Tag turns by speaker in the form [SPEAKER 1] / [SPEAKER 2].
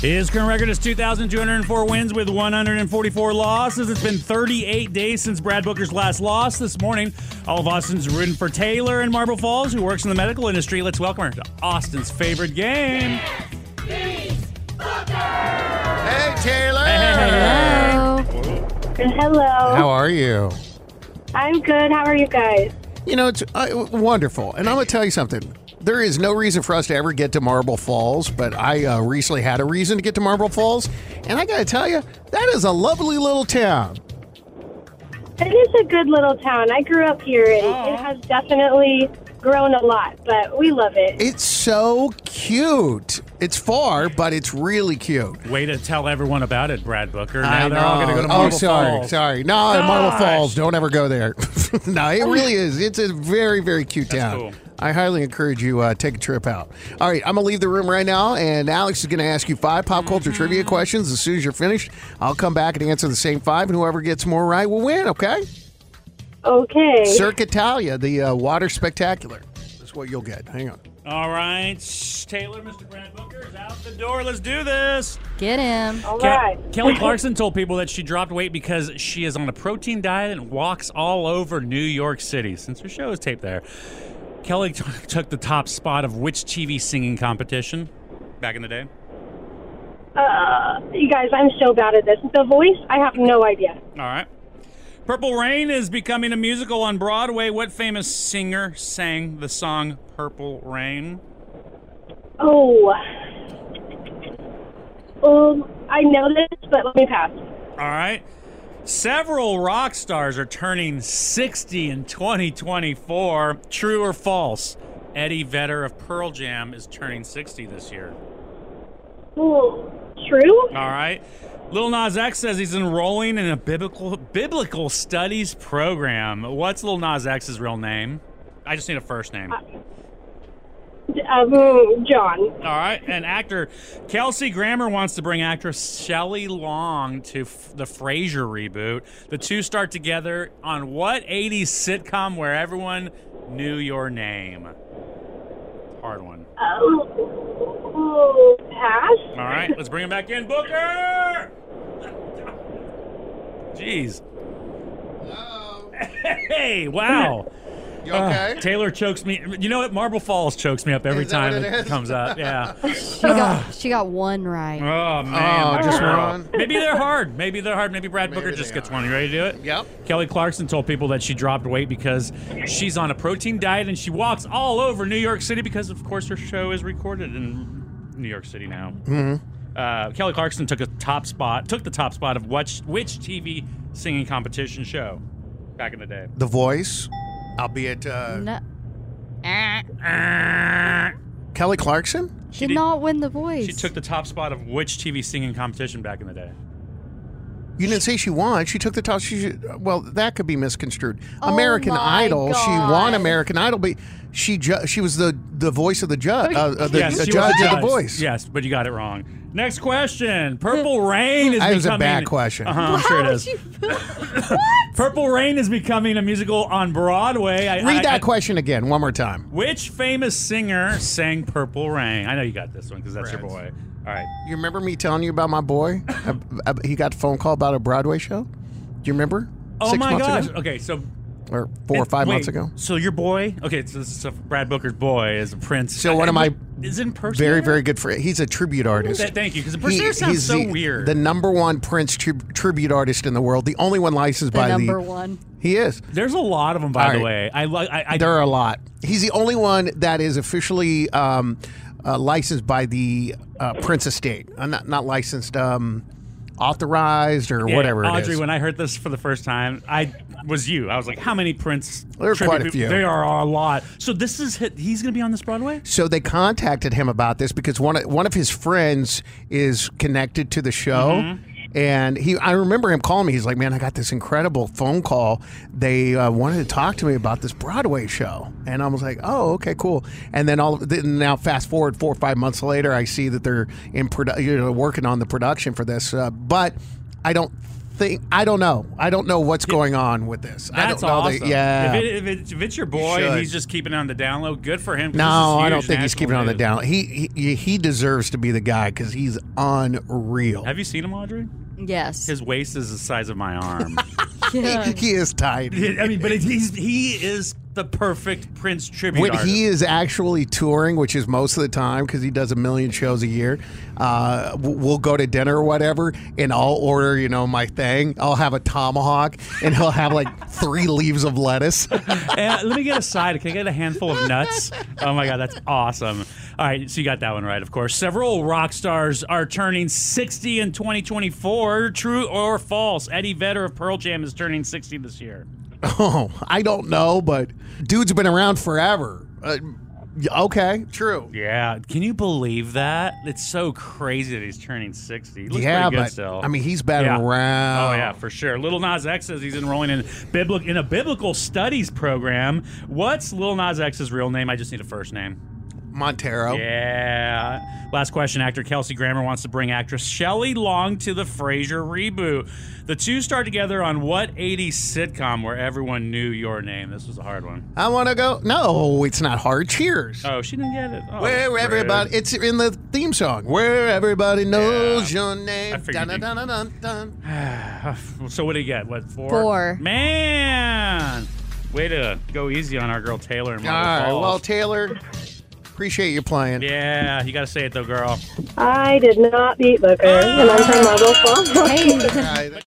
[SPEAKER 1] His current record is 2,204 wins with 144 losses. It's been 38 days since Brad Booker's last loss. This morning, all of Austin's rooting for Taylor in Marble Falls, who works in the medical industry. Let's welcome her to Austin's favorite game.
[SPEAKER 2] Hey, Taylor.
[SPEAKER 3] Hello.
[SPEAKER 4] Hello.
[SPEAKER 2] How are you?
[SPEAKER 4] I'm good. How are you guys?
[SPEAKER 2] You know, it's uh, wonderful. And I'm going to tell you something. There is no reason for us to ever get to Marble Falls, but I uh, recently had a reason to get to Marble Falls. And I got to tell you, that is a lovely little town.
[SPEAKER 4] It is a good little town. I grew up here and it has definitely grown a lot, but we love it.
[SPEAKER 2] It's so cute. It's far, but it's really cute.
[SPEAKER 1] Way to tell everyone about it, Brad Booker. Now they're all going to go to
[SPEAKER 2] oh,
[SPEAKER 1] Marble
[SPEAKER 2] sorry,
[SPEAKER 1] Falls.
[SPEAKER 2] sorry. No, Marble
[SPEAKER 1] Gosh.
[SPEAKER 2] Falls. Don't ever go there. no, it really is. It's a very, very cute town.
[SPEAKER 1] cool.
[SPEAKER 2] I highly encourage you uh, take a trip out. All right, I'm gonna leave the room right now, and Alex is gonna ask you five pop culture trivia questions. As soon as you're finished, I'll come back and answer the same five, and whoever gets more right will win. Okay?
[SPEAKER 4] Okay.
[SPEAKER 2] Cirque Italia, the uh, water spectacular. That's what you'll get. Hang on.
[SPEAKER 1] All right, Shh, Taylor, Mr. Brad Booker is out the door. Let's do this.
[SPEAKER 3] Get him.
[SPEAKER 4] All
[SPEAKER 1] Ke-
[SPEAKER 4] right.
[SPEAKER 1] Kelly Clarkson told people that she dropped weight because she is on a protein diet and walks all over New York City since her show is taped there. Kelly t- took the top spot of which TV singing competition back in the day?
[SPEAKER 4] Uh, you guys, I'm so bad at this. The voice, I have no idea.
[SPEAKER 1] All right. Purple Rain is becoming a musical on Broadway. What famous singer sang the song Purple Rain?
[SPEAKER 4] Oh. Um, I know this, but let me pass.
[SPEAKER 1] All right. Several rock stars are turning 60 in 2024. True or false? Eddie Vedder of Pearl Jam is turning 60 this year.
[SPEAKER 4] Oh, true?
[SPEAKER 1] All right. Lil Nas X says he's enrolling in a biblical biblical studies program. What's Lil Nas X's real name? I just need a first name.
[SPEAKER 4] Um, John.
[SPEAKER 1] All right, and actor Kelsey Grammer wants to bring actress Shelley Long to f- the Frasier reboot. The two start together on what 80s sitcom where everyone knew your name? Hard one.
[SPEAKER 4] Uh, Oh, pass?
[SPEAKER 1] All right, let's bring him back in, Booker. Jeez. Hey, wow.
[SPEAKER 2] You
[SPEAKER 1] Ugh, Taylor chokes me. You know what? Marble Falls chokes me up every
[SPEAKER 2] Is that
[SPEAKER 1] time
[SPEAKER 2] what it
[SPEAKER 1] it
[SPEAKER 2] is?
[SPEAKER 1] comes up. Yeah.
[SPEAKER 3] She got she got one right.
[SPEAKER 1] Oh man,
[SPEAKER 2] Oh, just
[SPEAKER 1] Girl.
[SPEAKER 2] one?
[SPEAKER 1] Maybe they're hard. Maybe they're hard. Maybe Brad Booker
[SPEAKER 2] Maybe
[SPEAKER 1] just
[SPEAKER 2] they
[SPEAKER 1] gets
[SPEAKER 2] are.
[SPEAKER 1] one. You ready to do it?
[SPEAKER 2] Yep.
[SPEAKER 1] Kelly Clarkson told people that she dropped weight because she's on a protein diet and she walks all over New York City because, of course, her show is recorded in New York City now. Mm-hmm. Uh, Kelly Clarkson took a top spot, took the top spot of which which TV singing competition show back in the day?
[SPEAKER 2] The voice, albeit uh,
[SPEAKER 3] No. Ah.
[SPEAKER 2] Kelly Clarkson.
[SPEAKER 3] Did
[SPEAKER 1] did-
[SPEAKER 3] not win the voice.
[SPEAKER 1] She took the top spot of which TV singing competition back in the day?
[SPEAKER 2] You didn't say she won. She took the top. She should- well, that could be misconstrued.
[SPEAKER 3] Oh
[SPEAKER 2] American
[SPEAKER 3] my
[SPEAKER 2] Idol. She
[SPEAKER 3] God.
[SPEAKER 2] won American Idol, but she ju- she was the the voice of the judge. Uh, uh, the
[SPEAKER 1] yes,
[SPEAKER 2] uh,
[SPEAKER 1] she was
[SPEAKER 2] judge
[SPEAKER 1] a
[SPEAKER 2] of the
[SPEAKER 1] judge.
[SPEAKER 2] voice.
[SPEAKER 1] Yes, but you got it wrong. Next question. Purple Rain is
[SPEAKER 2] That was a
[SPEAKER 1] becoming-
[SPEAKER 2] bad question.
[SPEAKER 1] Uh-huh, I'm sure it is. Purple Rain is becoming a musical on Broadway. I, I-
[SPEAKER 2] Read that
[SPEAKER 1] I-
[SPEAKER 2] question again one more time.
[SPEAKER 1] Which famous singer sang Purple Rain? I know you got this one because that's your boy. All right.
[SPEAKER 2] You remember me telling you about my boy? Uh, uh, he got a phone call about a Broadway show. Do you remember?
[SPEAKER 1] Oh
[SPEAKER 2] Six
[SPEAKER 1] my
[SPEAKER 2] months
[SPEAKER 1] gosh.
[SPEAKER 2] ago?
[SPEAKER 1] Okay, so
[SPEAKER 2] or four or
[SPEAKER 1] and-
[SPEAKER 2] five
[SPEAKER 1] wait,
[SPEAKER 2] months ago.
[SPEAKER 1] So your boy? Okay, so this is so Brad Booker's boy is a prince.
[SPEAKER 2] So one of my
[SPEAKER 1] is in person.
[SPEAKER 2] Very, very good friend. He's a tribute artist.
[SPEAKER 1] Th- thank you, 'cause the Pursuer sounds
[SPEAKER 2] he's
[SPEAKER 1] so
[SPEAKER 2] the,
[SPEAKER 1] weird.
[SPEAKER 2] The number one Prince trib- tribute artist in the world. The only one licensed
[SPEAKER 3] the
[SPEAKER 2] by
[SPEAKER 3] number
[SPEAKER 2] the.
[SPEAKER 3] one.
[SPEAKER 2] He is.
[SPEAKER 1] There's a lot of them, by
[SPEAKER 2] All
[SPEAKER 1] the
[SPEAKER 2] right.
[SPEAKER 1] way. I like. I, I
[SPEAKER 2] There are a lot. He's the only one that is officially um, uh, licensed by the uh, Prince Estate. Uh, not not licensed, um, authorized or
[SPEAKER 1] Yeah,
[SPEAKER 2] whatever.
[SPEAKER 1] Audrey,
[SPEAKER 2] it is.
[SPEAKER 1] when I heard this for the first time, I was you. I was like, how many Prince?
[SPEAKER 2] There are
[SPEAKER 1] tribute
[SPEAKER 2] quite a
[SPEAKER 1] peop-
[SPEAKER 2] few.
[SPEAKER 1] There are a lot. So this is hit, he's going to be on this Broadway.
[SPEAKER 2] so they contacted him about this because one of, one of his friends is connected to the show.
[SPEAKER 1] Mm-hmm.
[SPEAKER 2] And he, I remember him calling me. He's like, "Man, I got this incredible phone call. They uh, wanted to talk to me about this Broadway show." And I was like, "Oh, okay, cool." And then all then now, fast forward four or five months later, I see that they're in produ- you know, working on the production for this. Uh, but I don't think I don't know. I don't know what's going on with this. I don't
[SPEAKER 1] That's
[SPEAKER 2] know
[SPEAKER 1] awesome.
[SPEAKER 2] That, yeah.
[SPEAKER 1] If, it, if, it's, if it's your boy and
[SPEAKER 2] should.
[SPEAKER 1] he's just keeping it on the down low, good for him. 'cause this
[SPEAKER 2] no,
[SPEAKER 1] is
[SPEAKER 2] I don't
[SPEAKER 1] huge
[SPEAKER 2] think he's
[SPEAKER 1] national
[SPEAKER 2] keeping it on the
[SPEAKER 1] news.
[SPEAKER 2] down. He he, he deserves to be the guy because he's unreal.
[SPEAKER 1] Have you seen him, Audrey?
[SPEAKER 3] Yes.
[SPEAKER 1] His waist is the size of my arm.
[SPEAKER 3] Yeah.
[SPEAKER 2] He is tight.
[SPEAKER 1] I mean, but he's he is the perfect Prince tribute
[SPEAKER 2] when
[SPEAKER 1] artist.
[SPEAKER 2] he is actually touring, which is most of the time because he does a million shows a year, uh, w- we'll go to dinner or whatever, and I'll order, you know, my thing. I'll have a tomahawk, and he'll have like three leaves of lettuce.
[SPEAKER 1] Uh, let me get a side. Can I get a handful of nuts? Oh my god, that's awesome! All right, so you got that one right, of course. Several rock stars are turning 60 in 2024. True or false? Eddie Vedder of Pearl Jam is turning 60 this year.
[SPEAKER 2] oh, I don't know, but dude's been around forever. Uh, y- okay, true.
[SPEAKER 1] Yeah, can you believe that? It's so crazy that he's turning 60. He looks
[SPEAKER 2] yeah,
[SPEAKER 1] pretty good
[SPEAKER 2] but
[SPEAKER 1] still.
[SPEAKER 2] I mean, uh, he's been
[SPEAKER 1] Yeah.
[SPEAKER 2] around.
[SPEAKER 1] Oh yeah, for sure. Little Nas X says he's enrolling in bibli- in a biblical studies program. What's Lil Nas X's real name? I just need a first name.
[SPEAKER 2] Montero.
[SPEAKER 1] Yeah. Last question. Actor Kelsey Grammer wants to bring actress Shelley Long to the Frasier reboot. The two start together on what 80s sitcom where everyone knew your name? This was a hard one.
[SPEAKER 2] I want to go. No, it's not hard. Cheers.
[SPEAKER 1] Oh, she didn't get it. Oh,
[SPEAKER 2] Where
[SPEAKER 1] rude.
[SPEAKER 2] everybody, it's in the theme song. Where everybody knows your
[SPEAKER 1] I
[SPEAKER 2] name.
[SPEAKER 1] figured
[SPEAKER 2] Dun,
[SPEAKER 1] you'd-
[SPEAKER 2] dun, dun, dun, dun.
[SPEAKER 1] So what do you get? What four?
[SPEAKER 3] Four.
[SPEAKER 1] Man, way to go easy on our girl Taylor. And
[SPEAKER 2] All right, well,
[SPEAKER 1] Falls.
[SPEAKER 2] Taylor, appreciate you playing.
[SPEAKER 1] yeah, you got to say it though, girl.
[SPEAKER 4] I did not beat Booker, and I'm from Marble Falls.
[SPEAKER 3] Hey.
[SPEAKER 2] All right.